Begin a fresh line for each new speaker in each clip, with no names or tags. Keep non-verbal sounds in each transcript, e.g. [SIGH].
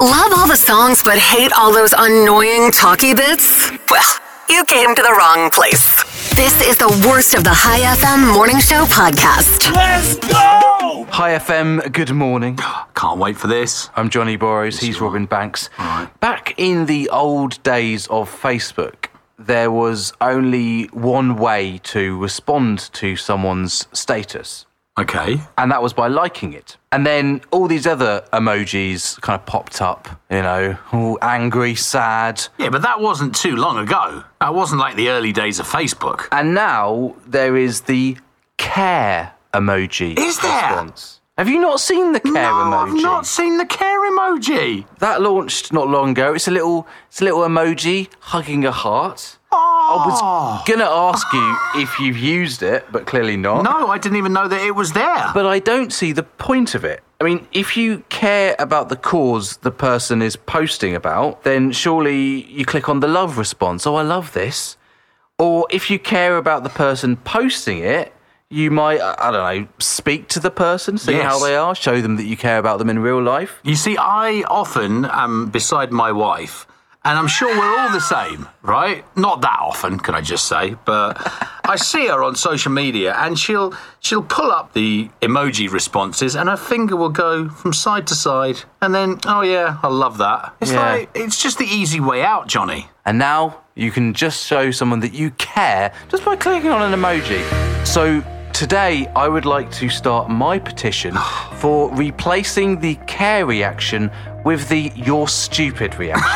Love all the songs but hate all those annoying talky bits? Well, you came to the wrong place. This is the worst of the High FM Morning Show podcast.
Let's go!
Hi FM, good morning.
Can't wait for this.
I'm Johnny Borrows, he's Robin Banks. Back in the old days of Facebook, there was only one way to respond to someone's status,
Okay.
and that was by liking it. And then all these other emojis kind of popped up, you know, all angry, sad.
Yeah, but that wasn't too long ago. That wasn't like the early days of Facebook.
And now there is the care emoji
Is there?
response. Have you not seen the care
no,
emoji?
I've not seen the care emoji.
That launched not long ago. It's a little, it's a little emoji hugging a heart. I
Ah.
was gonna ask you if you've used it, but clearly not.
No, I didn't even know that it was there.
But I don't see the point of it. I mean, if you care about the cause the person is posting about, then surely you click on the love response. Oh, I love this. Or if you care about the person posting it, you might, I I don't know, speak to the person, see
Yes.
how they are, show them that you care about them in real life.
You see, I often am beside my wife, and I'm sure we're all the same, right? Not that often, can I just say? [LAUGHS] But I see her on social media, and she'll she'll pull up the emoji responses, and her finger will go from side to side, and then oh yeah, I love that. It's
Yeah.
like it's just the easy way out, Johnny.
And now you can just show someone that you care just by clicking on an emoji. So today I would like to start my petition for replacing the care reaction with the you're stupid reaction.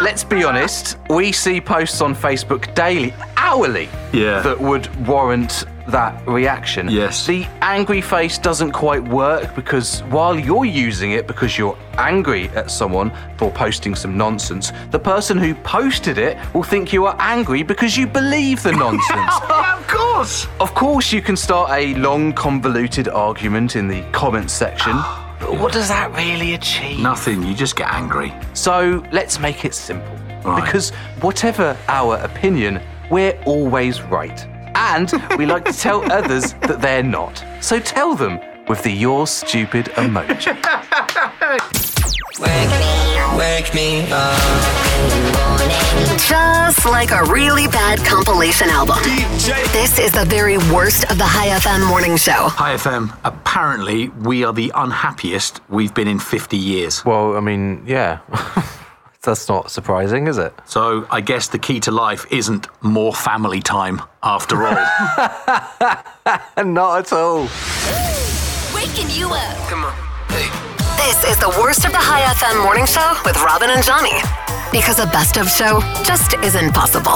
Let's be honest, we see posts on Facebook daily, hourly,
Yeah.
that would warrant that reaction.
Yes.
The angry face doesn't quite work because while you're using it because you're angry at someone for posting some nonsense, the person who posted it will think you are angry because you believe the
[LAUGHS]
nonsense.
yeah, of course.
of course, you can start a long, convoluted argument in the comments section.
[GASPS]
but What does that really achieve?
Nothing. You just get angry.
So let's make it simple.
Right.
Because whatever our opinion, we're always right. And we like to
[LAUGHS]
tell others that they're not. So tell them with the you're stupid emoji.
Wake me, wake me up.
Just like a really bad compilation album. This is the very worst of the High FM Morning Show.
Hi FM. Apparently, we are the unhappiest we've been in 50 years.
well, I mean, yeah. [LAUGHS] That's not surprising, is it?
So I guess the key to life isn't more family time after [LAUGHS] all.
And not at all.
Waking you up. Come on. This is the worst of the High FM Morning Show with Robin and Johnny. Because a best of show just isn't possible.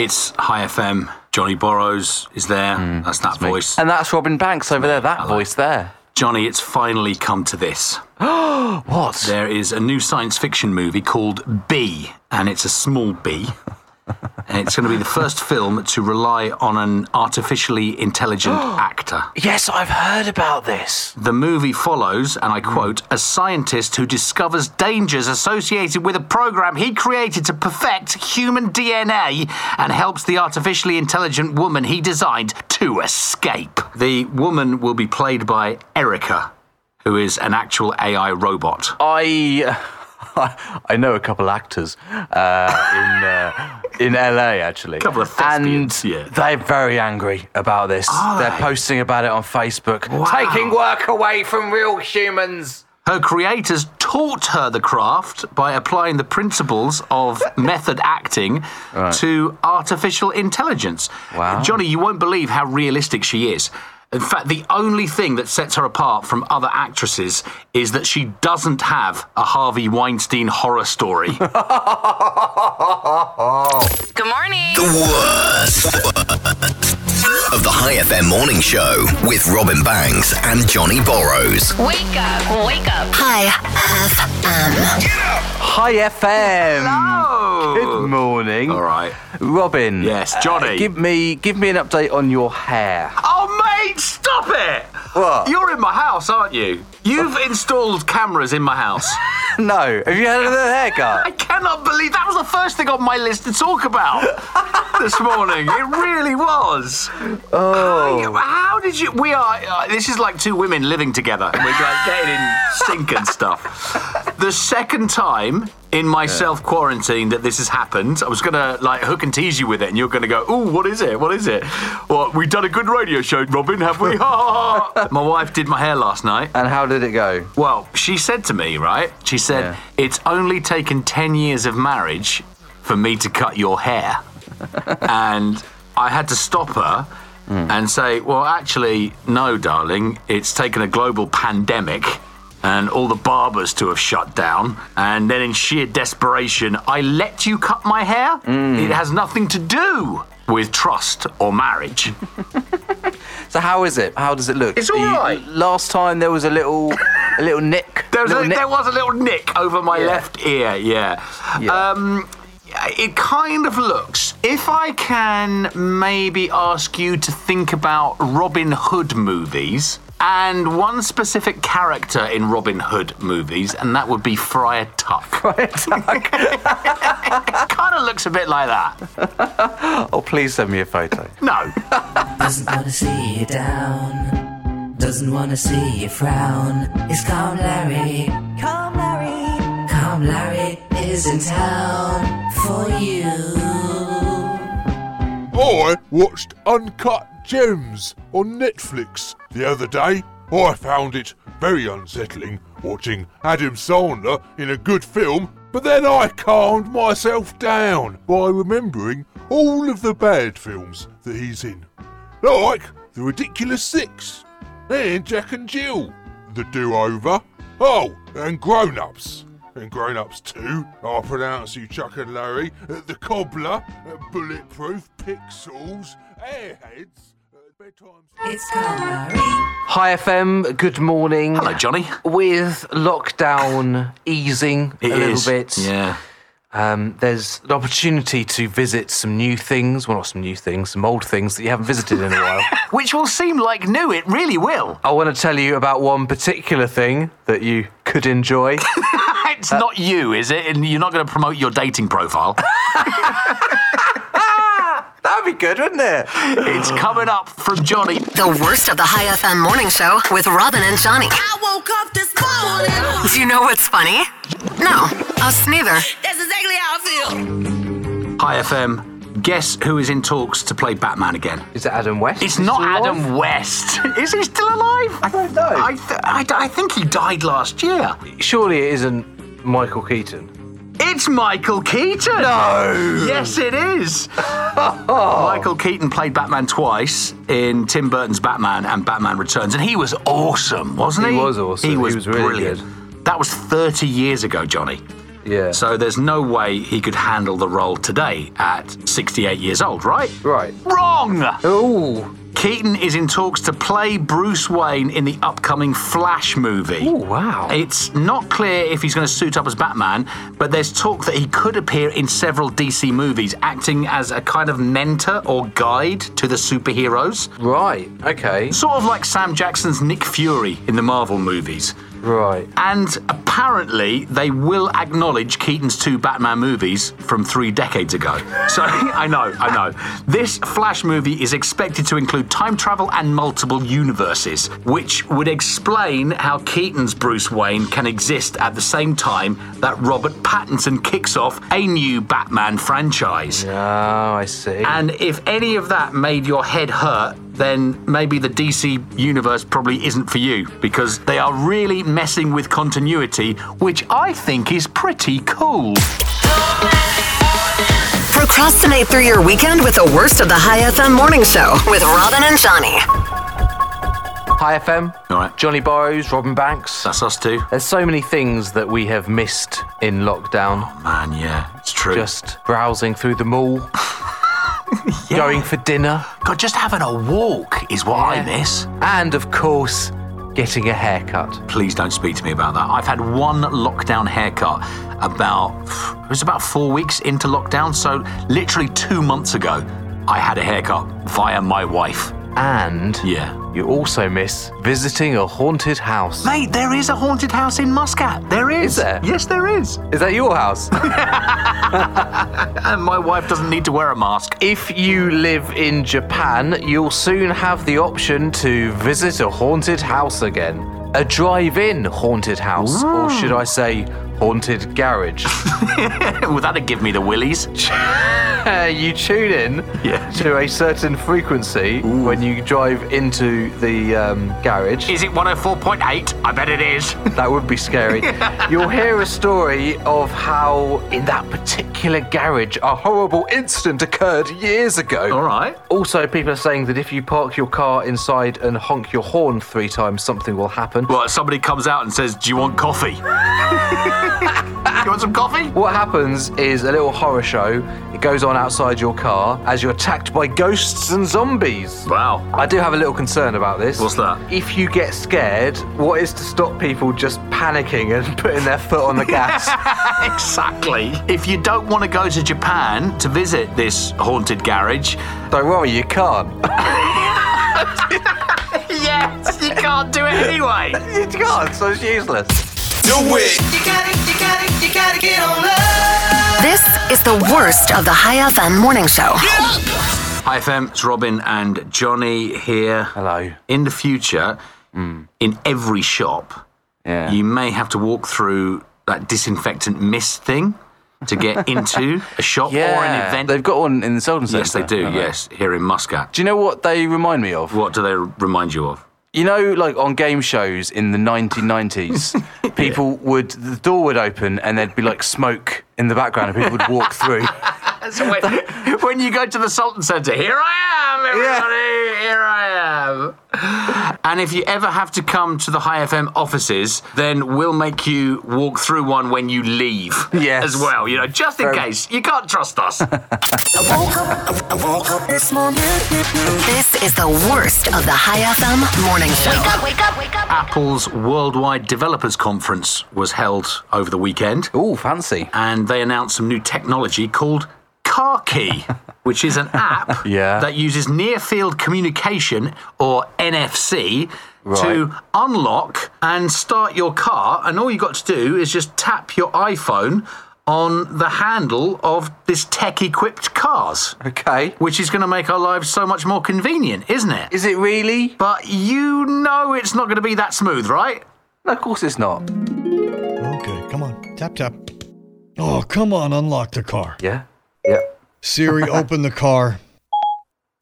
it's High FM. Johnny Borrows is there. that's that voice.
And that's Robin Banks over there, that voice there.
Johnny, it's finally come to this.
What?
There is a new science fiction movie called Bee, and it's a small bee. and it's going to be the first film to rely on an artificially intelligent actor.
Yes, I've heard about this.
The movie follows, and I quote, a scientist who discovers dangers associated with a program he created to perfect human DNA and helps the artificially intelligent woman he designed to escape. The woman will be played by Erica, who is an actual AI robot.
I [LAUGHS] I know a couple actors uh, in uh, in LA actually.
Couple of thespians,
and
yeah.
they're very angry about this.
Are
they're
they?
posting about it on Facebook,
Wow.
taking work away from real humans. [LAUGHS]
Her creators taught her the craft by applying the principles
[LAUGHS]
of method acting to artificial intelligence.
Wow.
Johnny, you won't believe how realistic she is. In fact, the only thing that sets her apart from other actresses is that she doesn't have a Harvey Weinstein horror story.
[LAUGHS]
Good morning.
The worst of the High FM Morning Show with Robin Banks and Johnny Borrows.
Wake up, wake up.
High FM.
Hi FM. Good morning.
All right.
Robin.
Yes, Johnny.
Uh, Give me give me an update on your hair. [LAUGHS]
Oh, mate, stop it!
What?
You're in my house, aren't you? You've installed cameras in my house.
no. Have you had another
[LAUGHS] I
haircut?
cannot believe that was the first thing on my list to talk about this morning. It really was. Oh, how did you? We are. Uh, this is like two women living together. We're like getting in sync and stuff. The second time in my self quarantine that this has happened, I was gonna like hook and tease you with it, and you're gonna go, "Ooh, what is it? What is it? Well, we've done a good radio show, Robin, have we?" my wife did my hair last night.
And how did it go?
Well, she said to me, right? She said,
Yeah.
It's only taken 10 years of marriage for me to cut your hair. and I had to stop her and say, Well, actually, no, darling. It's taken a global pandemic and all the barbers to have shut down. And then, in sheer desperation, I let you cut my hair. It has nothing to do with trust or marriage.
So how is it? How does it look?
It's
Are you-
alright.
Last time there was a little, a little nick.
[LAUGHS] There was,
little
a,
nick.
there was a little nick over my
Yeah.
left ear, yeah.
Yeah.
Um, it kind of looks. If I can maybe ask you to think about Robin Hood movies and one specific character in Robin Hood movies, and that would be Friar
[LAUGHS]
Tuck. [LAUGHS] it kind of looks a bit like that.
oh, please send me a photo.
No.
Doesn't wanna see you down. Doesn't wanna see you frown. It's Calm Larry. Calm Larry. Calm Larry is in town for you.
I watched Uncut Gems on Netflix the other day. Oh, I found it very unsettling watching Adam Sandler in a good film, but then I calmed myself down by remembering all of the bad films that he's in. Like The Ridiculous Six, and Jack and Jill, The Do Over, oh, and Grown Ups. And Grown Ups 2, I pronounce you Chuck and Larry, uh, The Cobbler, uh, Bulletproof, Pixels, Airheads, uh, Bedtime.
It's Calm Larry.
Hi FM. Good morning.
Hello, Johnny.
With
[LAUGHS]
lockdown easing
It
a little
is.
bit,
Yeah.
um, there's an opportunity to visit some new things. Well, not some new things, some old things that you haven't visited in a
[LAUGHS]
while.
Which will seem like new, it really will. [LAUGHS]
I want to tell you about one particular thing that you could enjoy.
[LAUGHS] It's
Uh,
not you, is it? And you're not going to promote your dating profile.
That'd be good, wouldn't it?
it's coming up from Johnny.
The worst of the High FM morning show with Robin and Johnny.
I woke up this morning.
Do you know what's funny? No, us neither.
That's exactly how I feel.
Hi FM. Guess who is in talks to play Batman again?
Is it Adam West?
It's
Is
not
he alive? [LAUGHS]
Adam West. is he still alive? I
don't know.
I, th- I, d- I think he died last year.
Surely it isn't Michael Keaton.
It's Michael Keaton. No. Yes, it
[LAUGHS]
is. Michael Keaton played Batman twice in Tim Burton's Batman and Batman Returns, and he was awesome, wasn't
He
he?
was awesome.
He
He
was,
was really
brilliant. That was 30 years ago, Johnny.
Yeah.
So there's no way he could handle the role today at 68 years old, right?
right.
Wrong.
Oh.
Keaton is in talks to play Bruce Wayne in the upcoming Flash movie.
Oh wow.
It's not clear if he's going to suit up as Batman, but there's talk that he could appear in several DC movies, acting as a kind of mentor or guide to the superheroes.
Right. Okay.
Sort of like Sam Jackson's Nick Fury in the Marvel movies.
Right.
And apparently, they will acknowledge Keaton's two Batman movies from three decades ago. [LAUGHS] So, I know, I know. This Flash movie is expected to include time travel and multiple universes, which would explain how Keaton's Bruce Wayne can exist at the same time that Robert Pattinson kicks off a new Batman franchise.
Oh, I see.
And if any of that made your head hurt, then maybe the DC universe probably isn't for you because they are really messing with continuity, which I think is pretty cool.
Procrastinate through your weekend with the worst of the High FM morning show with Robin and Johnny.
Hi FM.
All right. Ah.
Johnny Borrows, Robin Banks.
That's us too.
There's so many things that we have missed in lockdown.
Man, yeah, it's true.
Just browsing through the
[LAUGHS]
mall, going for dinner,
God, just having a walk is what I
Yeah.
miss.
and of course, getting a haircut.
Please don't speak to me about that. I've had one lockdown haircut about, it was about four weeks into lockdown. So, literally two months ago, I had a haircut via my wife.
And
Yeah.
you also miss visiting a haunted house.
Mate, there is a haunted house in Muscat. There
Is
is.
there?
Yes, there is.
Is that your house?
And my wife doesn't need to wear a mask. [LAUGHS]
if you live in Japan, you'll soon have the option to visit a haunted house again. A drive in haunted house, or should I say, haunted garage. [LAUGHS]
Well, that'd give me the willies.
you tune in
Yeah.
to a certain frequency when you drive into the um,
[LAUGHS]
garage.
Is it 104.8? I bet it is.
That would be scary. You'll hear a story of how, in that particular garage, a horrible incident occurred years ago.
[LAUGHS] All right.
Also, people are saying that if you park your car inside and honk your horn three times, something will happen.
Well, somebody comes out and says, Do you want coffee? [LAUGHS] you want some coffee?
What happens is a little horror show. It goes on outside your car as you're attacked by ghosts and zombies.
Wow.
I do have a little concern about this.
What's that?
If you get scared, what is to stop people just panicking and [LAUGHS] putting their foot on the gas?
[LAUGHS] exactly. If you don't want to go to Japan to visit this haunted garage,
Don't worry, you can't.
[LAUGHS] yes, you can't do it anyway.
[LAUGHS] you can't, so it's useless.
You gotta, you gotta, you gotta get on up.
This is the worst of the High FM morning show.
Hi, FM. It's Robin and Johnny here.
Hello.
In the future, in every shop,
Yeah.
you may have to walk through that disinfectant mist thing
[LAUGHS]
to get into a shop or an event.
They've got one in the Selden Centre.
yes, they do.
haven't they?
Yes, here in Muscat.
Do you know what they remind me of?
What do they remind you of?
You know, like on game shows in the
[LAUGHS]
1990s, people would, the door would open and there'd be like smoke in the background and people would walk
[LAUGHS]
through.
So when, [LAUGHS] when you go to the Sultan Centre, here I am, everybody, here I am. And if you ever have to come to the High FM offices, then we'll make you walk through one when you leave
Yes.
as well, you know, just in case. You can't
[LAUGHS]
trust us.
This is the worst of the High FM morning show.
Wake up, wake up, wake up.
Apple's Worldwide Developers Conference was held over the weekend,
Ooh, fancy.
and they announced some new technology called Car
[LAUGHS]
Key, which is an app
Yeah.
that uses near field communication or NFC to
Right.
unlock and start your car. And all you got to do is just tap your iPhone on the handle of this tech equipped cars,
Okay.
which is going to make our lives so much more convenient, isn't it?
Is it really?
But you know it's not going to be that smooth, right?
No, of course it's not.
Okay, come on. Tap, tap. Oh, come on. Unlock the car.
Yeah. Yeah.
Siri, open the car.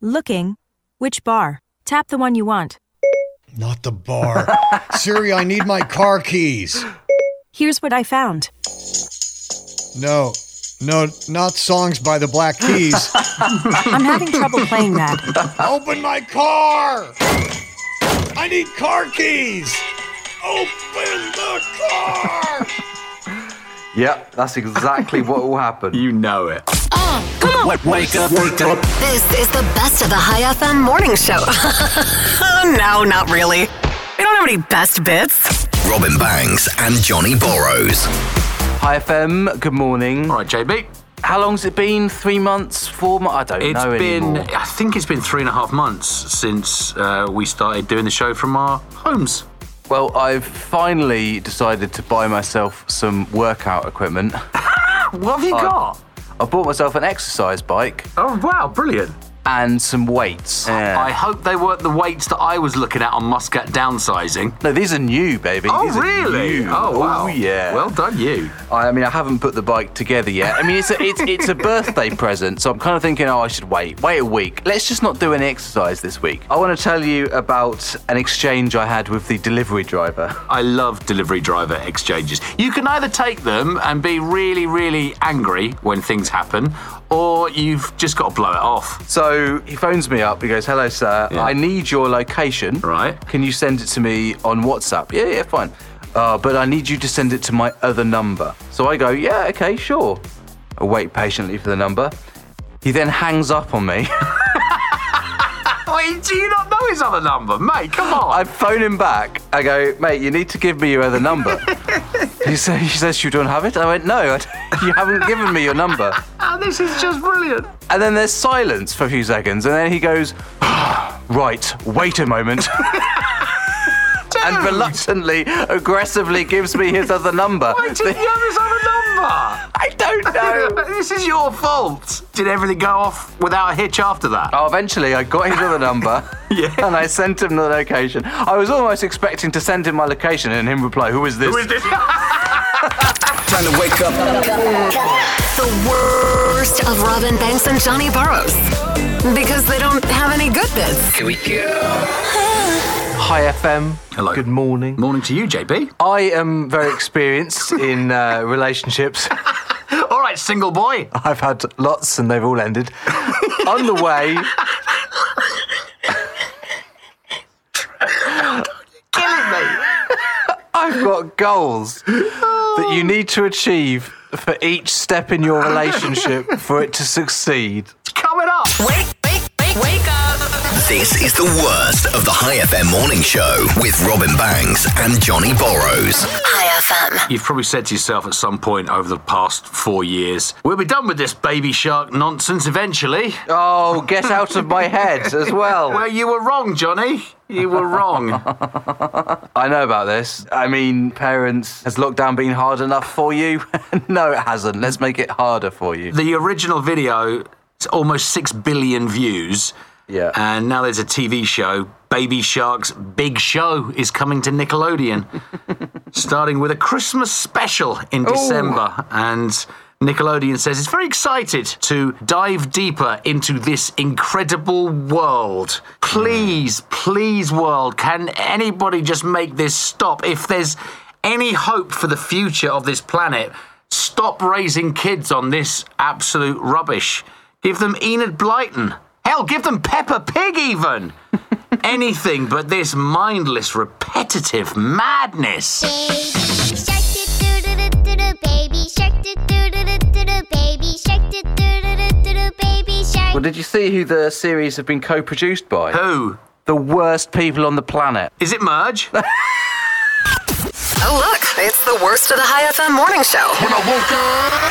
Looking. Which bar? Tap the one you want.
Not the bar. [LAUGHS] Siri, I need my car keys.
Here's what I found.
No, no, not songs by the Black Keys.
[LAUGHS] I'm having trouble playing that.
open my car. I need car keys. Open the car.
Yep. That's exactly what will
[LAUGHS]
happen.
You know it.
This is the best of the High FM morning show. [LAUGHS] no, not really. We don't have any best bits.
Robin Banks and Johnny Borrows.
Hi, FM. Good morning.
All right, JB.
How long's it been? Three months? Four months? I don't
It's
know
been,
anymore.
I think it's been three and a half months since uh, we started doing the show from our homes.
Well, I've finally decided to buy myself some workout equipment.
What have you got?
I bought myself an exercise bike
Oh, wow, brilliant.
and some weights.
I hope they weren't the weights that I was looking at on Muscat downsizing.
No, these are new, baby.
Oh,
These are
really?
new.
Oh, wow.
yeah.
Well done, you.
I mean, I haven't put the bike together yet. I mean, it's a, it's, it's a birthday [LAUGHS] present, so I'm kind of thinking, oh, I should wait, wait a week. Let's just not do any exercise this week. I want to tell you about an exchange I had with the delivery driver. [LAUGHS]
I love delivery driver exchanges. You can either take them and be really, really angry when things happen, or you've just got to blow it off.
So he phones me up. He goes, "Hello, sir. I need your location.
Right.
Can you send it to me on WhatsApp? Yeah, yeah, fine. Uh, but I need you to send it to my other number." So I go, "Yeah, okay, sure." I wait patiently for the number. He then hangs up on me. [LAUGHS]
Wait, do you not know his other number? Mate, come on.
I phone him back. I go, "Mate, you need to give me your other
[LAUGHS]
number." he, say, he says, "You don't have it." I went, "No, I- [LAUGHS] you haven't given me your number."
Oh, this is just brilliant.
And then there's silence for a few seconds, and then he goes, [SIGHS] right, wait a moment. [LAUGHS] and reluctantly, aggressively gives me his other number.
Why did you have his other number?
[LAUGHS] I
[LAUGHS]
don't know.
this is your fault. Did everything go off without a hitch after that?
Oh, eventually I got his other number
[LAUGHS] Yeah.
and I sent him the location. I was almost expecting to send him my location and him reply, Who is this?
Who is this? [LAUGHS]
Time to wake up.
The worst of Robin Banks and Johnny Burrows. Because they don't have any good bits.
Hi, FM.
Hello.
Good morning.
Morning to you, JB.
I am very
[LAUGHS]
experienced in uh, relationships. [LAUGHS]
All right, single boy. [LAUGHS]
I've had lots and they've all ended. On the way,
Killing me.
[LAUGHS] I've got goals that you need to achieve for each step in your relationship for it to succeed.
Coming up.
Wake, wake, wake, wake up.
This is the worst of the High FM morning show with Robin Banks and Johnny Borrows.
High FM.
You've probably said to yourself at some point over the past four years, we'll be done with this baby shark nonsense eventually.
Oh, get out of my head as
Well, [LAUGHS]
well.
you were wrong, Johnny. You [LAUGHS] were wrong.
I know about this. I mean, parents, has lockdown been hard enough for you? [LAUGHS] no, it hasn't. Let's make it harder for you.
the original video, it's almost six billion views.
Yeah.
And now there's a TV show, Baby Shark's Big Show is coming to Nickelodeon, starting with a Christmas special in December. And Nickelodeon says it's very excited to dive deeper into this incredible world. Please, please, world, can anybody just make this stop? If there's any hope for the future of this planet, stop raising kids on this absolute rubbish. Give them Enid Blyton. Hell, give them Peppa Pig even. [LAUGHS] Anything but this mindless, repetitive madness.
Well, did you see who the series have been co produced by?
Who?
The worst people on the planet.
Oh, Is
[LAUGHS]
it Merge?
Oh, look, it's the worst of the High FM morning show.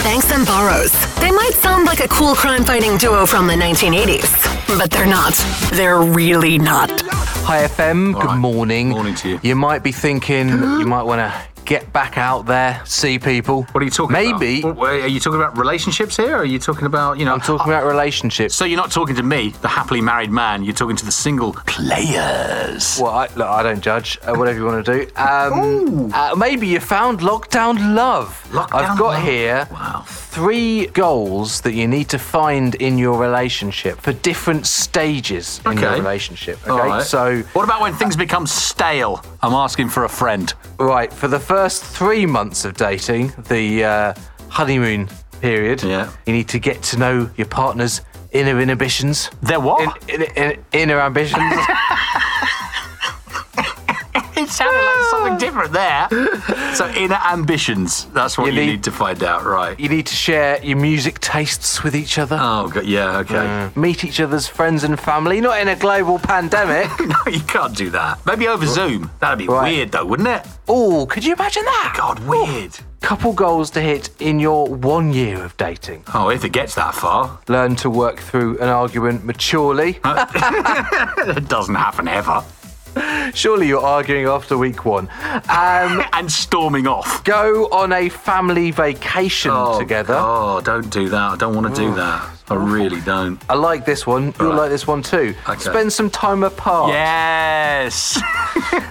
Banks and Burrows. They might sound like a cool crime fighting duo from the 1980s, but they're not. They're really not.
Hi FM, good
right.
morning.
Morning to you.
You might be thinking you might want to get back out there, see people.
What are you talking about?
Maybe
What- what- Are you talking about relationships here? Or are you talking about, you know. uh,
I'm talking about relationships.
so you're not talking to me, the happily married man. You're talking to the single players.
Well, I, look, I don't judge. Uh, whatever you want to do. Um, uh, maybe you found lockdown love.
Lockdown
I've got
love.
here
Wow.
three goals that you need to find in your relationship for different stages in your
Okay.
relationship.
All
Okay,
right.
so
What about when things become stale? I'm asking for a friend.
Right, for the first three months of dating, the uh, honeymoon period,
Yeah.
you need to get to know your partner's inner inhibitions.
They're what?
In, in, in, inner
[LAUGHS]
ambitions.
It sounded like [LAUGHS] something
[LAUGHS]
different there. So inner ambitions. That's what
You
you,
need-
need, to find out, right?
you need to share your music tastes with each other.
Oh, God, yeah, okay.
Meet each other's friends and family, not in a global
[LAUGHS]
pandemic.
[LAUGHS] No, you can't do that. Maybe over Zoom. That'd be
Right.
weird, though, wouldn't it?
oh, could you imagine that?
God, weird.
Couple goals to hit in your one year of dating.
Oh, if it gets that far, [LAUGHS]
Learn to work through an argument maturely.
it doesn't happen ever.
[LAUGHS] Surely you're arguing after week one. Um,
And storming off.
go on a family vacation together.
Oh, don't do that. I don't want to do that. I really don't.
I like this one. You'll
Right.
like this one too.
Okay.
Spend some time apart.
[LAUGHS] Yes. [LAUGHS]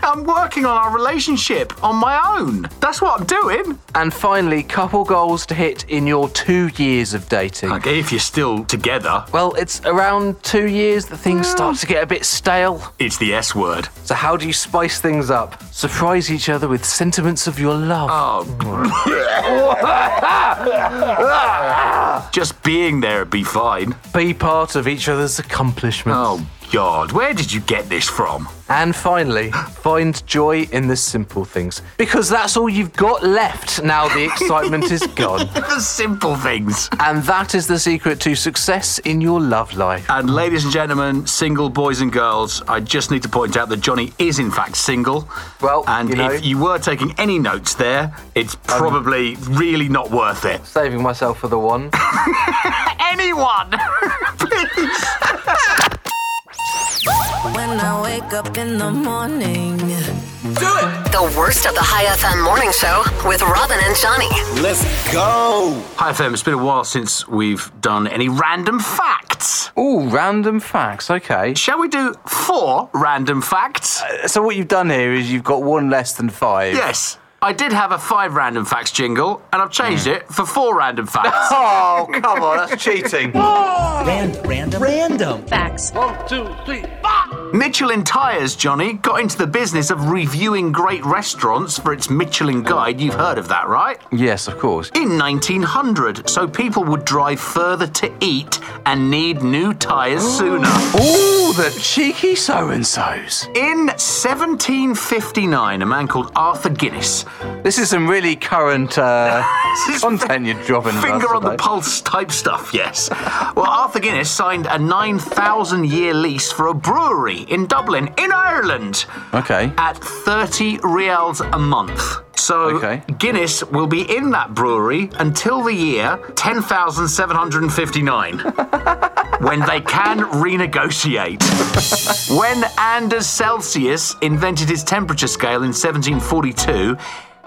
I'm working on our relationship on my own. That's what I'm doing.
And finally, couple goals to hit in your two years of dating.
Okay, if you're still together,
Well, it's around two years that things start to get a bit stale.
it's the S word.
So, how do you spice things up? Surprise each other with sentiments of your love.
[LAUGHS] Just being there would be fine.
Be part of each other's accomplishments.
Oh, God. Where did you get this from? [LAUGHS]
And finally, find joy in the simple things. Because that's all you've got left now the excitement [LAUGHS] is gone.
The simple things.
And that is the secret to success in your love life.
And ladies and gentlemen, single boys and girls, I just need to point out that Johnny is in fact single.
Well,
and
you know- Um,
if you were taking any notes there, it's probably really not worth it.
Saving myself for the one.
Anyone, please.
when I wake up in the morning.
Do it! The worst of the High FM morning show with Robin and Johnny.
Let's go! Hi, FM. It's been a while since we've done any random facts.
[LAUGHS] Ooh, random facts. Okay.
Shall we do four random facts?
Uh, so, what you've done here is you've got one less than five.
Yes. I did have a five random facts jingle, and I've changed
Mm.
it for four random facts.
[LAUGHS] oh, come on, that's cheating.
Rand- random? Random.
Facts. One, two, three.
Michelin Tires, Johnny, got into the business of reviewing great restaurants for its Michelin
Oh.
Guide. You've heard of that, right?
[LAUGHS] Yes, of course.
In 1900, so people would drive further to eat and need new tyres sooner.
Ooh, the cheeky so and so's.
In 1759, a man called Arthur Guinness.
This is some really current uh, [LAUGHS] content you're dropping.
Finger on the pulse type stuff, yes. well, Arthur Guinness signed a 9,000 year lease for a brewery in Dublin, in Ireland.
Okay.
At 30 reals a month. So
Okay.
Guinness will be in that brewery until the year 10,759. [LAUGHS] When they can renegotiate. when Anders Celsius invented his temperature scale in 1742,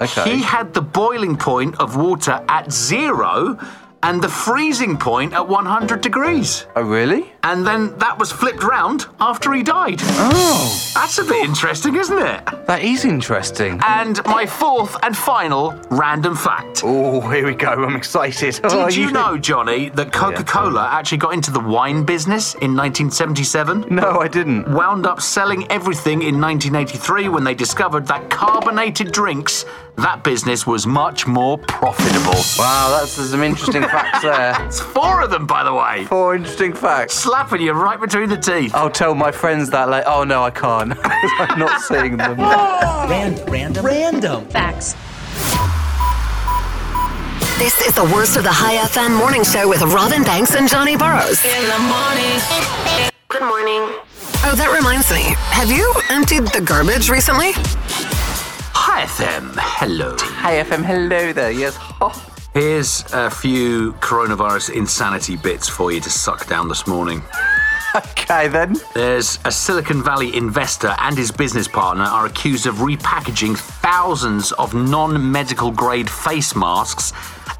Okay.
he had the boiling point of water at zero and the freezing point at 100 degrees.
Oh, really?
And then that was flipped round after he died.
Oh.
That's a bit interesting, isn't it?
That is interesting.
And my fourth and final random fact.
Oh, here we go. I'm excited. Oh,
Did you know, Johnny, that Coca Cola actually got into the wine business in 1977?
[LAUGHS] No, I didn't.
Wound up selling everything in 1983 when they discovered that carbonated drinks, that business was much more profitable.
Wow, that's there's some interesting facts [LAUGHS] there.
It's four of them, by the way.
Four interesting facts.
Slapping you right between the teeth.
I'll tell my friends that later. Oh no, I can't. [LAUGHS] I'm not seeing [LAUGHS] them.
random. Random.
Facts.
This is the worst of the High FM morning show with Robin Banks and Johnny Burrows.
In the morning. Good morning.
Oh, that reminds me. Have you emptied the garbage recently?
Hi, FM. Hello.
Hey FM, hello there. Yes.
Here's a few coronavirus insanity bits for you to suck down this morning.
Okay then.
There's a Silicon Valley investor and his business partner are accused of repackaging thousands of non medical grade face masks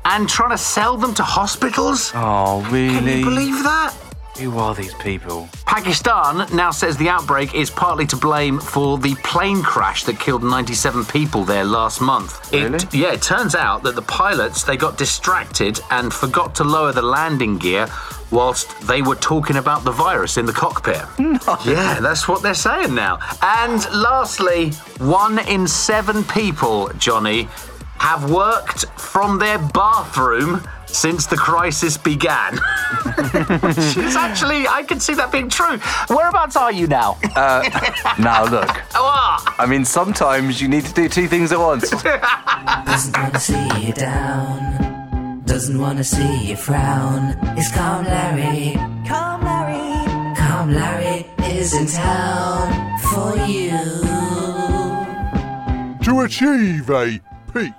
and trying to sell them to hospitals.
Oh really?
Can you believe that?
Who are these people?
Pakistan now says the outbreak is partly to blame for the plane crash that killed 97 people there last month. It-
Really?
yeah, it turns out that the pilots they got distracted and forgot to lower the landing gear whilst they were talking about the virus in the cockpit. Yeah, that's what they're saying now. And lastly, one in seven people, Johnny, have worked from their bathroom since the crisis began. [LAUGHS] It's actually, I can see that being true. Whereabouts are you now?
Now look.
Ah,
I mean, sometimes you need to do two things at [LAUGHS] once.
Doesn't wanna see you down. Doesn't wanna see you frown. It's Calm Larry. Calm Larry. Calm Larry is in town for you.
To achieve a peak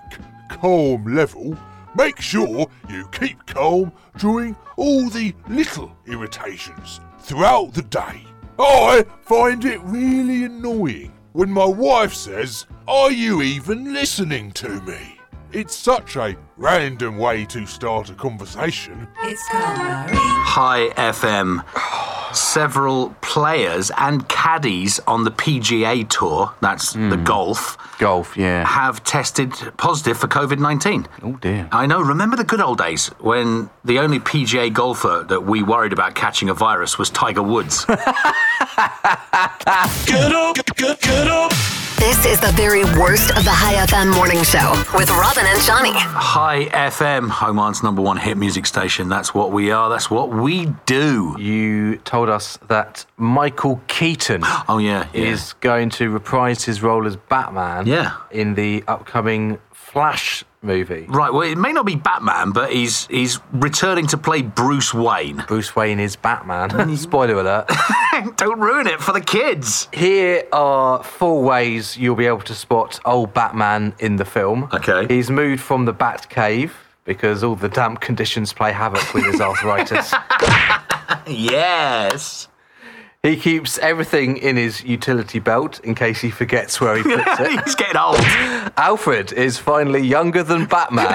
calm level, make sure you keep calm during all the little irritations throughout the day. I find it really annoying when my wife says, Are you even listening to me? It's such a random way to start a conversation.
It's Calm Larry.
Hi FM. Several players and caddies on the PGA Tour, that's the golf,
Golf, Hmm. yeah.
have tested positive for COVID 19.
Oh dear.
I know, remember the good old days when the only PGA golfer that we worried about catching a virus was
[LAUGHS]
Tiger Woods?
This is the very worst of the High FM morning show with Robin and Johnny.
Hi FM, Oman's number one hit music station. That's what we are, that's what we do.
You told us that Michael Keaton
Oh, [GASPS] yeah. yeah.
is going to reprise his role as Batman
Yeah.
in the upcoming Flash movie.
Right. Well, it may not be Batman, but he's he's returning to play Bruce Wayne. [LAUGHS]
Bruce Wayne is Batman. [LAUGHS] Spoiler alert.
Don't ruin it for the kids.
Here are four ways you'll be able to spot old Batman in the film.
Okay.
He's moved from the Bat Cave because all the damp
[LAUGHS]
conditions play havoc with his arthritis.
Yes.
He keeps everything in his utility belt in case he forgets where he
[LAUGHS]
puts it.
He's getting old.
Alfred is finally younger than
[LAUGHS]
Batman.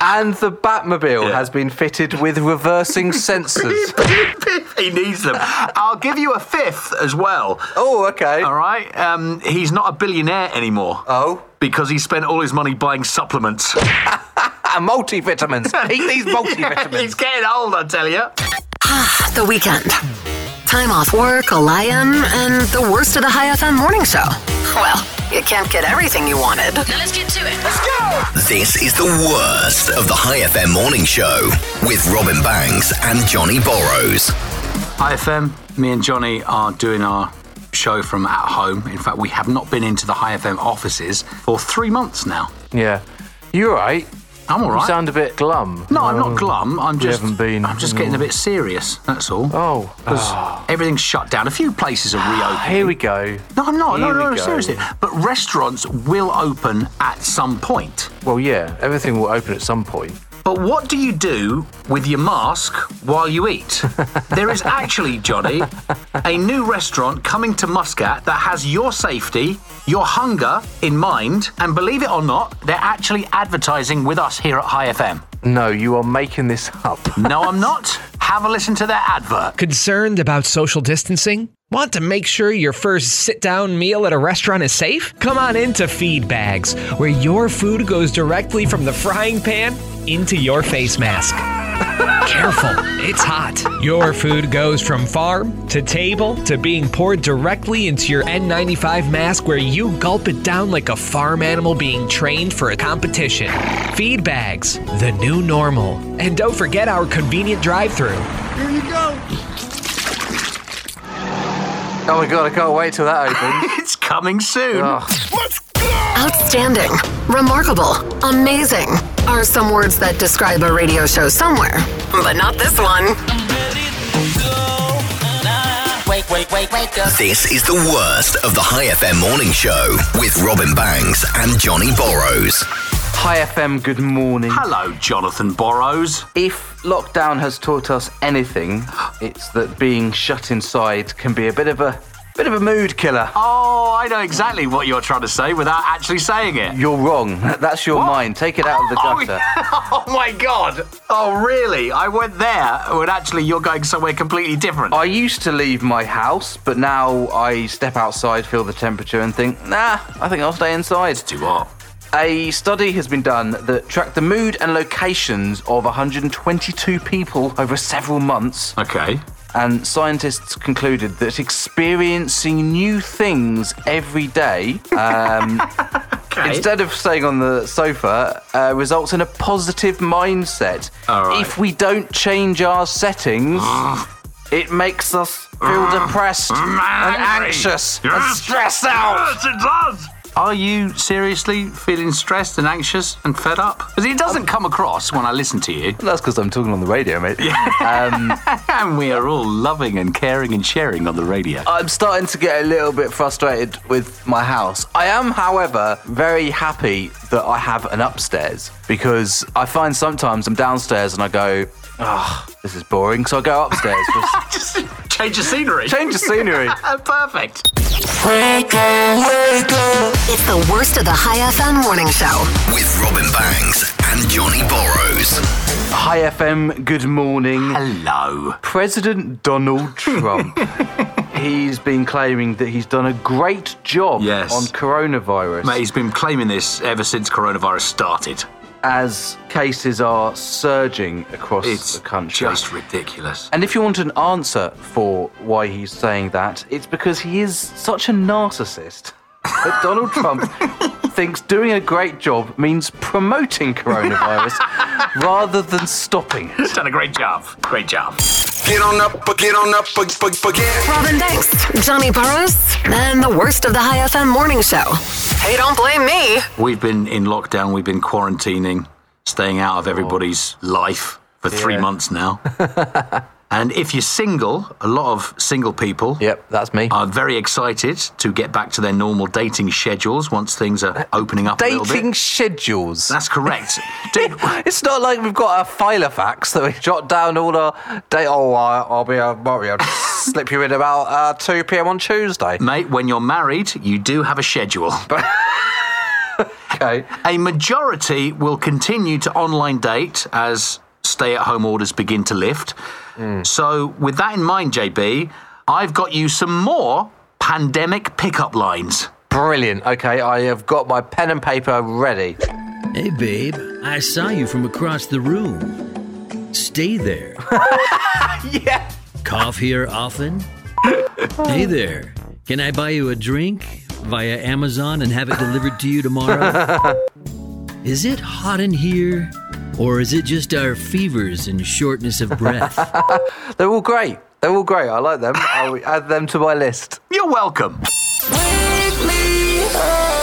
and the Batmobile has been fitted with reversing
[LAUGHS]
sensors.
he needs them. I'll give you a fifth as well.
Oh, okay.
All right. Um, he's not a billionaire anymore.
Oh.
Because he spent all his money buying supplements.
ah, multivitamins. Eat these multivitamins.
[LAUGHS] he's getting old, I tell you.
the weekend. Time off work, a lion, and the worst of the High FM morning show. Well, you can't get everything you wanted.
Now let's get to it. Let's go.
This is the worst of the High FM morning show with Robin Banks and Johnny Borrows.
IFM, me and Johnny are doing our show from at home. In fact, we have not been into the High FM offices for three months now.
Yeah. You alright?
I'm all
You
right.
sound a bit glum.
No, I'm not glum. I'm
You
just
haven't been.
I'm just getting a bit serious. That's all.
Oh.
Because everything's shut down. A few places are reopening.
Here we go.
No, I'm not. No,
Here we
no, no,
go.
seriously. But restaurants will open at some point.
Well, yeah, everything will open at some point.
But what do you do with your mask while
[LAUGHS]
you eat? there is actually, Johnny, a new restaurant coming to Muscat that has your safety, your hunger in mind, and believe it or not, they're actually advertising with us here at High FM.
No, you are making this up.
No,
[LAUGHS]
I'm not. Have a listen to their advert.
Concerned about social distancing? Want to make sure your first sit down meal at a restaurant is safe? Come on into Feed Bags, where your food goes directly from the frying pan into your face mask. [LAUGHS] Careful, it's hot. Your food goes from farm to table to being poured directly into your N95 mask where you gulp it down like a farm animal being trained for a competition. Feed bags, the new normal. And don't forget our convenient drive through.
Here you go.
Oh my god, I can't wait till that
[LAUGHS]
opens.
It's coming soon.
Outstanding, remarkable, amazing are some words that describe a radio show somewhere, but not this one.
Wake, wake, wake, wake up.
This is the worst of the High FM morning show with Robin Banks and Johnny Borrows.
Hi FM, good morning.
Hello, Jonathan Borrows.
If lockdown has taught us anything, it's that being shut inside can be a bit of a bit of a mood killer.
Oh, I know exactly what you're trying to say without actually saying it.
You're wrong. [LAUGHS] That's your mind. Take it out of the
Oh,
gutter.
[LAUGHS] oh my god. Oh, really? I went there when actually you're going somewhere completely different.
I used to leave my house, but now I step outside, feel the temperature, and think, nah, I think I'll stay inside.
Do what?
A study has been done that tracked the mood and locations of 122 people over several months,
Okay.
and scientists concluded that experiencing new things every day, um, instead of staying on the sofa, uh, results in a positive mindset.
All right.
If we don't change our
[GASPS]
settings, it makes us feel
Mm.
depressed and anxious and stressed out.
it does. Are you seriously feeling stressed and anxious and fed up? Because it doesn't come across when I listen to you.
That's because I'm talking on the radio, mate.
And we are all loving and caring and sharing on the radio.
I'm starting to get a little bit frustrated with my house. I am, however, very happy that I have an upstairs because I find sometimes I'm downstairs and I go, oh, this is boring. So I go
[LAUGHS]
upstairs, just
Just change the scenery.
change the scenery.
[LAUGHS] Perfect.
It's the worst of the High FM morning show.
With Robin Banks and Johnny Borrows.
Hi, FM. Good morning.
Hello.
President Donald
[LAUGHS]
Trump. he's been claiming that he's done a great job
Yes.
on coronavirus.
Mate, he's been claiming this ever since coronavirus started.
as cases are surging across
It's
the country.
just ridiculous.
and if you want an answer for why he's saying that, it's because he is such a narcissist that Donald
[LAUGHS]
Trump thinks doing a great job means promoting
[LAUGHS]
coronavirus rather than stopping it.
He's done a great job. Great job.
Get on up, get on up, forget.
Robin Banks, Johnny Burrows, and the worst of the High FM morning show. Hey, don't blame me.
We've been in lockdown, we've been quarantining, staying out of everybody's life for three
Oh. [LAUGHS] Yeah.
months now. And if you're single, a lot of single people.
Yep, that's me.
Are very excited to get back to their normal dating schedules once things are opening up. a little
Dating
bit.
schedules.
That's
[LAUGHS]
correct. Dude,
it's not like we've got a file of facts that we jot down all our date. Oh, I- I'll be a Mario. [LAUGHS] slip you in about uh, 2 p.m. on Tuesday.
Mate, when you're married, you do have a schedule.
okay.
A majority will continue to online date as stay at home orders begin to lift. Hmm. So, with that in mind, JB, I've got you some more pandemic pickup lines.
Brilliant. Okay, I have got my pen and paper ready.
Hey, babe, I saw you from across the room. Stay there.
yeah.
Cough here often? hey there. Can I buy you a drink via Amazon and have it delivered to you tomorrow? is it hot in here? Or is it just our fevers and shortness of breath?
They're all great. They're all great. I like them. I'll [LAUGHS] add them to my list.
You're welcome.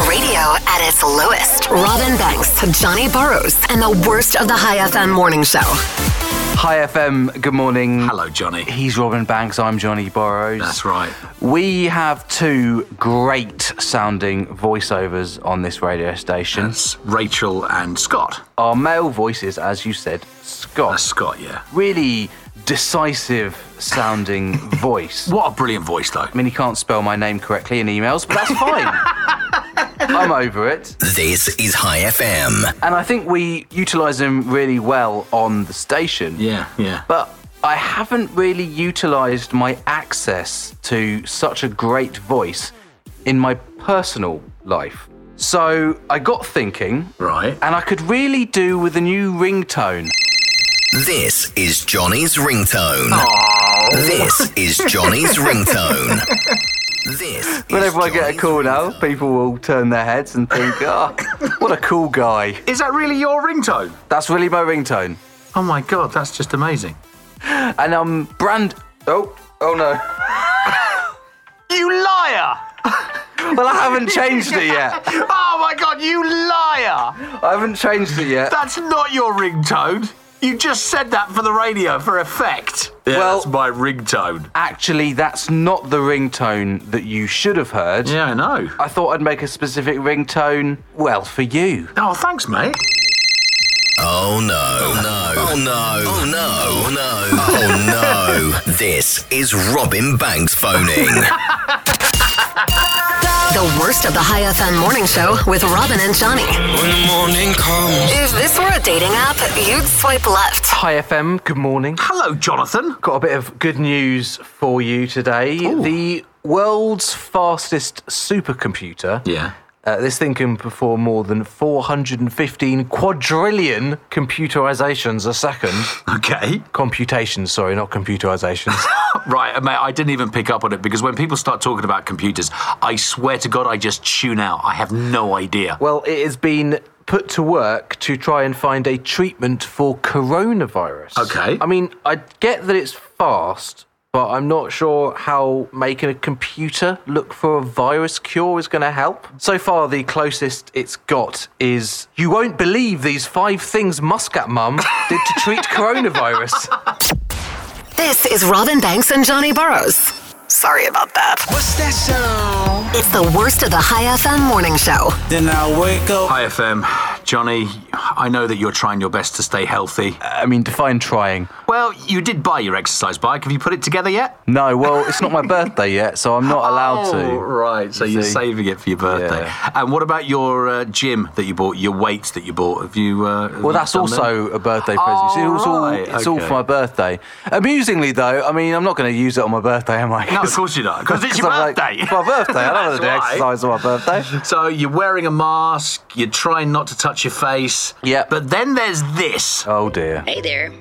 Radio at its lowest. Robin Banks, Johnny Burrows, and the worst of the High FM morning show.
Hi FM, good morning.
Hello, Johnny.
He's Robin Banks, I'm Johnny Borrows.
That's right.
We have two great sounding voiceovers on this radio station.
That's Rachel and Scott.
Our male voices, as you said, Scott.
That's Scott, yeah.
Really decisive
[LAUGHS]
sounding voice.
What a brilliant voice, though.
I mean, he can't spell my name correctly in emails, but that's
[LAUGHS]
fine. I'm over it.
This is High FM.
And I think we utilise him really well on the station.
Yeah, yeah.
But I haven't really utilised my access to such a great voice in my personal life. So I got thinking,
Right.
and I could really do with a new ringtone.
This is Johnny's ringtone. This is
[LAUGHS]
Johnny's ringtone. This
Whenever I get a call now, people will turn their heads and think, oh, what a cool guy.
Is that really your ringtone?
That's really my ringtone.
Oh my god, that's just amazing.
And um, brand. Oh, oh no. [LAUGHS]
You liar!
[LAUGHS] Well, I haven't changed it yet.
Oh my god, you liar!
I haven't changed it yet.
That's not your ringtone. You just said that for the radio for effect. Yeah,
Well-
that's my ringtone.
Actually, that's not the ringtone that you should have heard.
Yeah, I know.
I thought I'd make a specific ringtone, well, for you.
Oh, thanks, mate.
Oh no. Oh no. Oh no. Oh no. Oh no. This is Robin Banks [LAUGHS] phoning.
The worst of the High FM morning show with Robin and Johnny.
When the morning comes.
If this were a dating app, you'd swipe left.
Hi, FM. Good morning.
Hello, Jonathan.
Got a bit of good news for you today. The world's fastest supercomputer.
Yeah.
Uh, this thing can perform more than 415 quadrillion computerizations a second.
Okay.
computations, sorry, not computerizations.
Right, uh, mate, I didn't even pick up on it because when people start talking about computers, I swear to God, I just tune out. I have no idea.
well, it has been put to work to try and find a treatment for coronavirus.
Okay.
I mean, I get that it's fast, but I'm not sure how making a computer look for a virus cure is going to help. So far, the closest it's got is you won't believe these five things Muscat Mum did to
[LAUGHS]
treat coronavirus.
This is Robin Banks and Johnny Burrows. Sorry about that.
What's that sound?
It's the worst of the High FM morning show.
Then I wake up.
Hi, FM. Johnny, I know that you're trying your best to stay healthy.
I mean, define trying.
Well, you did buy your exercise bike. Have you put it together yet?
No, well, it's not my birthday yet, so I'm not allowed to.
Oh, right. So
You
you're
see?
saving it for your birthday.
Yeah.
And what about your uh, gym that you bought? Your weights that you bought? Have you? Uh, have you
Well, that's
done
[LAUGHS]
them?
also a birthday present.
Oh,
it was all,
right,
It's all
okay.
for my birthday. Amusingly, though, I mean, I'm not going to use it on my birthday, am I?
No,
[LAUGHS]
of course you're not, because it's your
I'm like,
birthday.
it's my birthday. I don't want
That's
to do
why.
exercise on my birthday.
[LAUGHS] So you're wearing a mask. You're trying not to touch your face.
Yep.
But then there's this. [GASPS]
Oh, dear.
Hey there.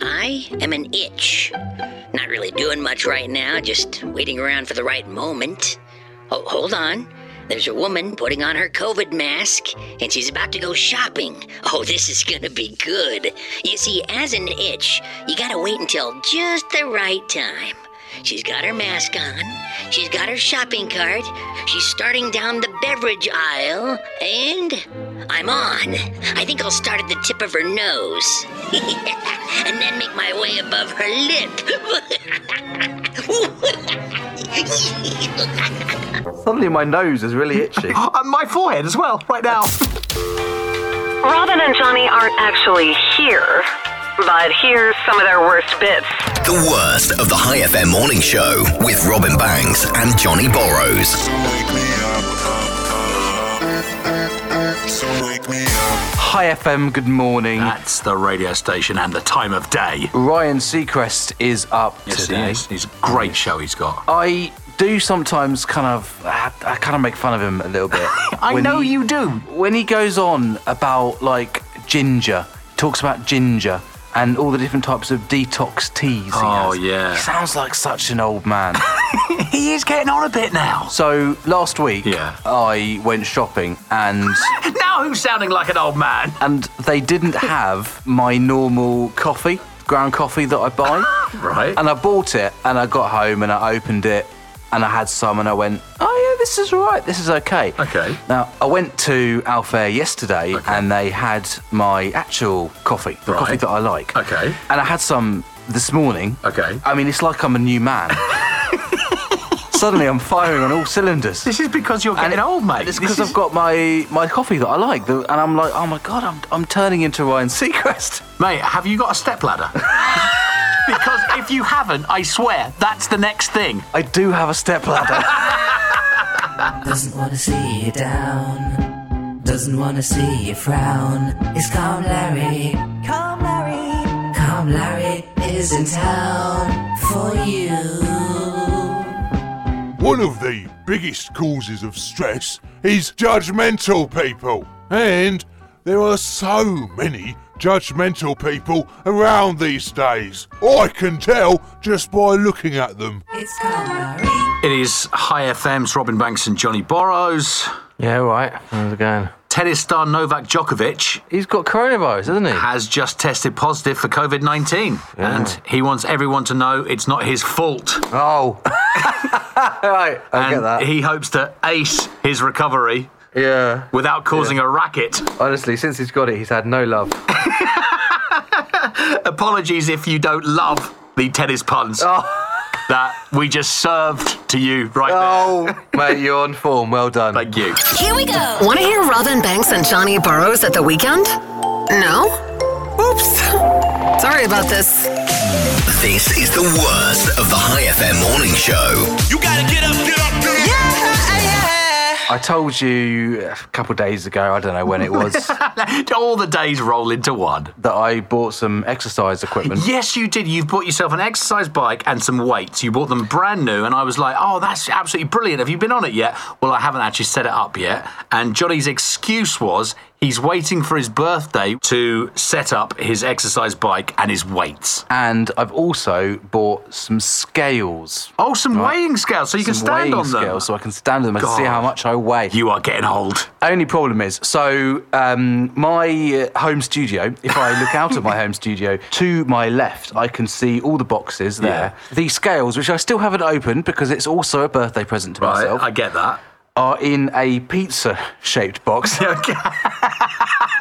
I am an itch. Not really doing much right now, just waiting around for the right moment. Oh, hold on. There's a woman putting on her COVID mask, and she's about to go shopping. Oh, this is gonna be good. You see, as an itch, you gotta wait until just the right time. She's got her mask on. She's got her shopping cart. She's starting down the beverage aisle. And I'm on. I think I'll start at the tip of her nose. and then make my way above her [LAUGHS] lip.
Suddenly my nose is really itchy.
and my forehead as well, right now.
Robin and Johnny aren't actually here, but here's some of their worst bits.
The worst of the High FM morning show with Robin Banks and Johnny Borrows.
[LAUGHS] Hi FM, good morning.
That's the radio station and the time of day.
Ryan Seacrest is up
Yes,
today.
he is. He's a great show he's got.
I do sometimes kind of I I kind of make fun of him a little bit.
[LAUGHS] I
When
know
he-
you do.
When he goes on about like ginger, talks about ginger and all the different types of detox teas. he
Oh,
has.
yeah.
He sounds like such an old man. [LAUGHS]
He is getting on a bit now.
so last week, I went shopping and
Now who's sounding like an old man?
and they didn't have my normal coffee, ground coffee that I buy.
[LAUGHS] Right.
And I bought it and I got home and I opened it and I had some and I went, oh yeah, this is all right, this is okay.
Okay.
Now, I went to Alfair yesterday and they had my actual coffee, the coffee that I like.
Okay.
And I had some this morning.
Okay.
I mean, it's like I'm a new
[LAUGHS]
man. Suddenly I'm firing on all cylinders.
This is because you're getting old, mate.
It's
This
because
is-
I've got my, my coffee that I like, the- and I'm like, oh my god, I'm, I'm turning into Ryan Seacrest. [LAUGHS]
Mate, have you got a stepladder? because if you haven't, I swear, that's the next thing.
I do have a stepladder.
Doesn't wanna see you down. Doesn't wanna see you frown. It's Calm Larry. Calm Larry. Calm Larry is in town for you.
One of the biggest causes of stress is judgmental people. And there are so many judgmental people around these days. I can tell just by looking at them.
It's Calm
It is High FM's Robin Banks and Johnny Borrows.
[LAUGHS] Yeah, right. How's it going?
Tennis star Novak Djokovic.
He's got coronavirus, hasn't he?
Has just tested positive for COVID 19.
Yeah.
And he wants everyone to know it's not his fault.
[LAUGHS] Oh. [LAUGHS] right, I
and
get that.
he hopes to ace his recovery
yeah.
without causing a racket.
Honestly, since he's got it, he's had no [LAUGHS] love.
Apologies if you don't love the tennis puns
Oh.
that we just served to you right
oh, [LAUGHS] mate, you're on form. Well done.
Thank you. [LAUGHS]
Here we go. Want to hear Robin Banks and Johnny Burrows at the weekend? No? Oops. Sorry about this.
This is the worst of the High FM morning show. You gotta get up, get up, get up.
I told you a couple days ago, I don't know when it [LAUGHS] was,
there. All the days roll into one.
that I bought some exercise equipment.
Yes, you did. You've bought yourself an exercise bike and some weights. You bought them brand new, and I was like, "Oh, that's absolutely brilliant." Have you been on it yet? Well, I haven't actually set it up yet. And Johnny's excuse was he's waiting for his birthday to set up his exercise bike and his weights.
And I've also bought some scales.
Oh, some weighing scales, so you can
Some
stand
weighing
on them.
scales, so I can stand on them and see how
God.
much I weigh.
You are getting old.
Only problem is, so um, my uh, home studio, if I look out
[LAUGHS]
of my home studio to my left, I can see all the boxes there. The scales, which I still haven't opened because it's also a birthday present to
Right,
myself,
I get that.
are in a pizza shaped box.
[LAUGHS] Okay.
[LAUGHS]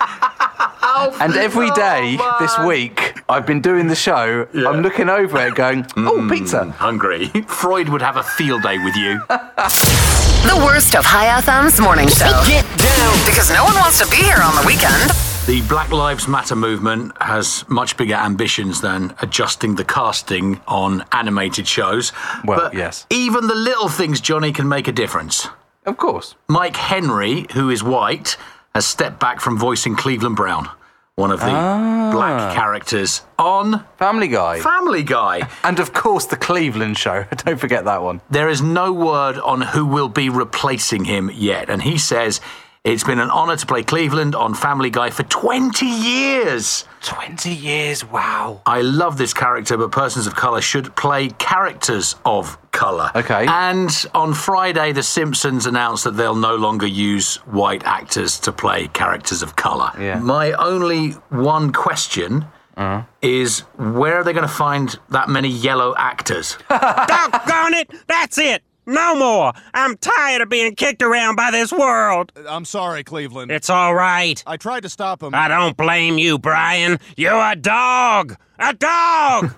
And every day
Oh,
this week, I've been doing the show, I'm looking over it going, oh,
Mm.
pizza.
Hungry. [LAUGHS] Freud would have a field day with you.
The worst of High FM's morning show. Get down. Because no one wants to be here on the weekend.
The Black Lives Matter movement has much bigger ambitions than adjusting the casting on animated shows.
Well,
but
yes.
Even the little things, Johnny, can make a difference.
Of course.
Mike Henry, who is white, has stepped back from voicing Cleveland Brown, one of the
Ah.
black characters on
Family Guy.
Family Guy.
and of course, the Cleveland show. [LAUGHS] Don't forget that one.
There is no word on who will be replacing him yet. And he says, It's been an honour to play Cleveland on Family Guy for 20 years.
20 years, wow.
I love this character, but persons of colour should play characters of colour.
Okay.
And on Friday, The Simpsons announced that they'll no longer use white actors to play characters of colour.
Yeah.
My only one question
Uh-huh.
is where are they going to find that many yellow
[LAUGHS]
actors?
Doggone it! That's it! No more! I'm tired of being kicked around by this world!
I'm sorry, Cleveland.
It's all right.
I tried to stop him.
I don't blame you, Brian. You're a dog! A dog!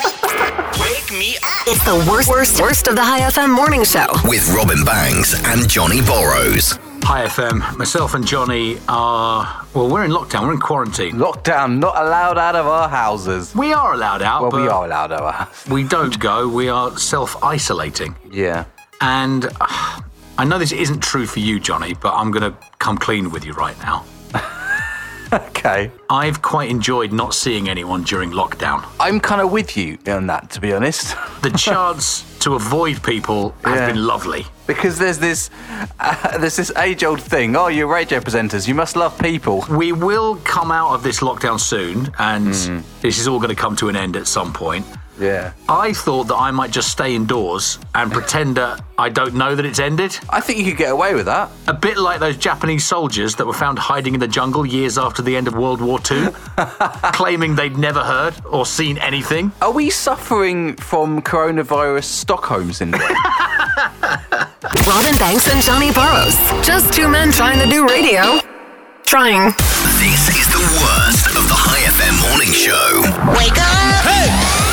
Wake me up.
It's the worst, worst, worst of the High FM morning show.
With Robin Banks and Johnny Borrows.
Hi FM. Myself and Johnny are well. We're in lockdown. We're in quarantine.
Lockdown. Not allowed out of our houses.
We are allowed out.
Well, we
but
are allowed out of our house. [LAUGHS]
We don't go. We are self isolating.
Yeah.
And ah, I know this isn't true for you, Johnny, but I'm going to come clean with you right now.
okay.
I've quite enjoyed not seeing anyone during lockdown.
I'm kind of with you on that, to be honest. [LAUGHS]
The chance to avoid people has
Yeah.
been lovely.
Because there's this, [LAUGHS] uh, there's this age-old thing. Oh, you're radio presenters. You must love people.
We will come out of this lockdown soon, and this is all going to come to an end at some point.
Yeah.
I thought that I might just stay indoors and pretend that I don't know that it's ended.
I think you could get away with that.
A bit like those Japanese soldiers that were found hiding in the jungle years after the end of World War II, claiming they'd never heard or seen anything.
Are we suffering from coronavirus Stockholm syndrome?
Robin Banks and Johnny Burrows. Just two men trying to do radio. Trying.
This is the worst of the High FM morning show.
Wake up. Hey.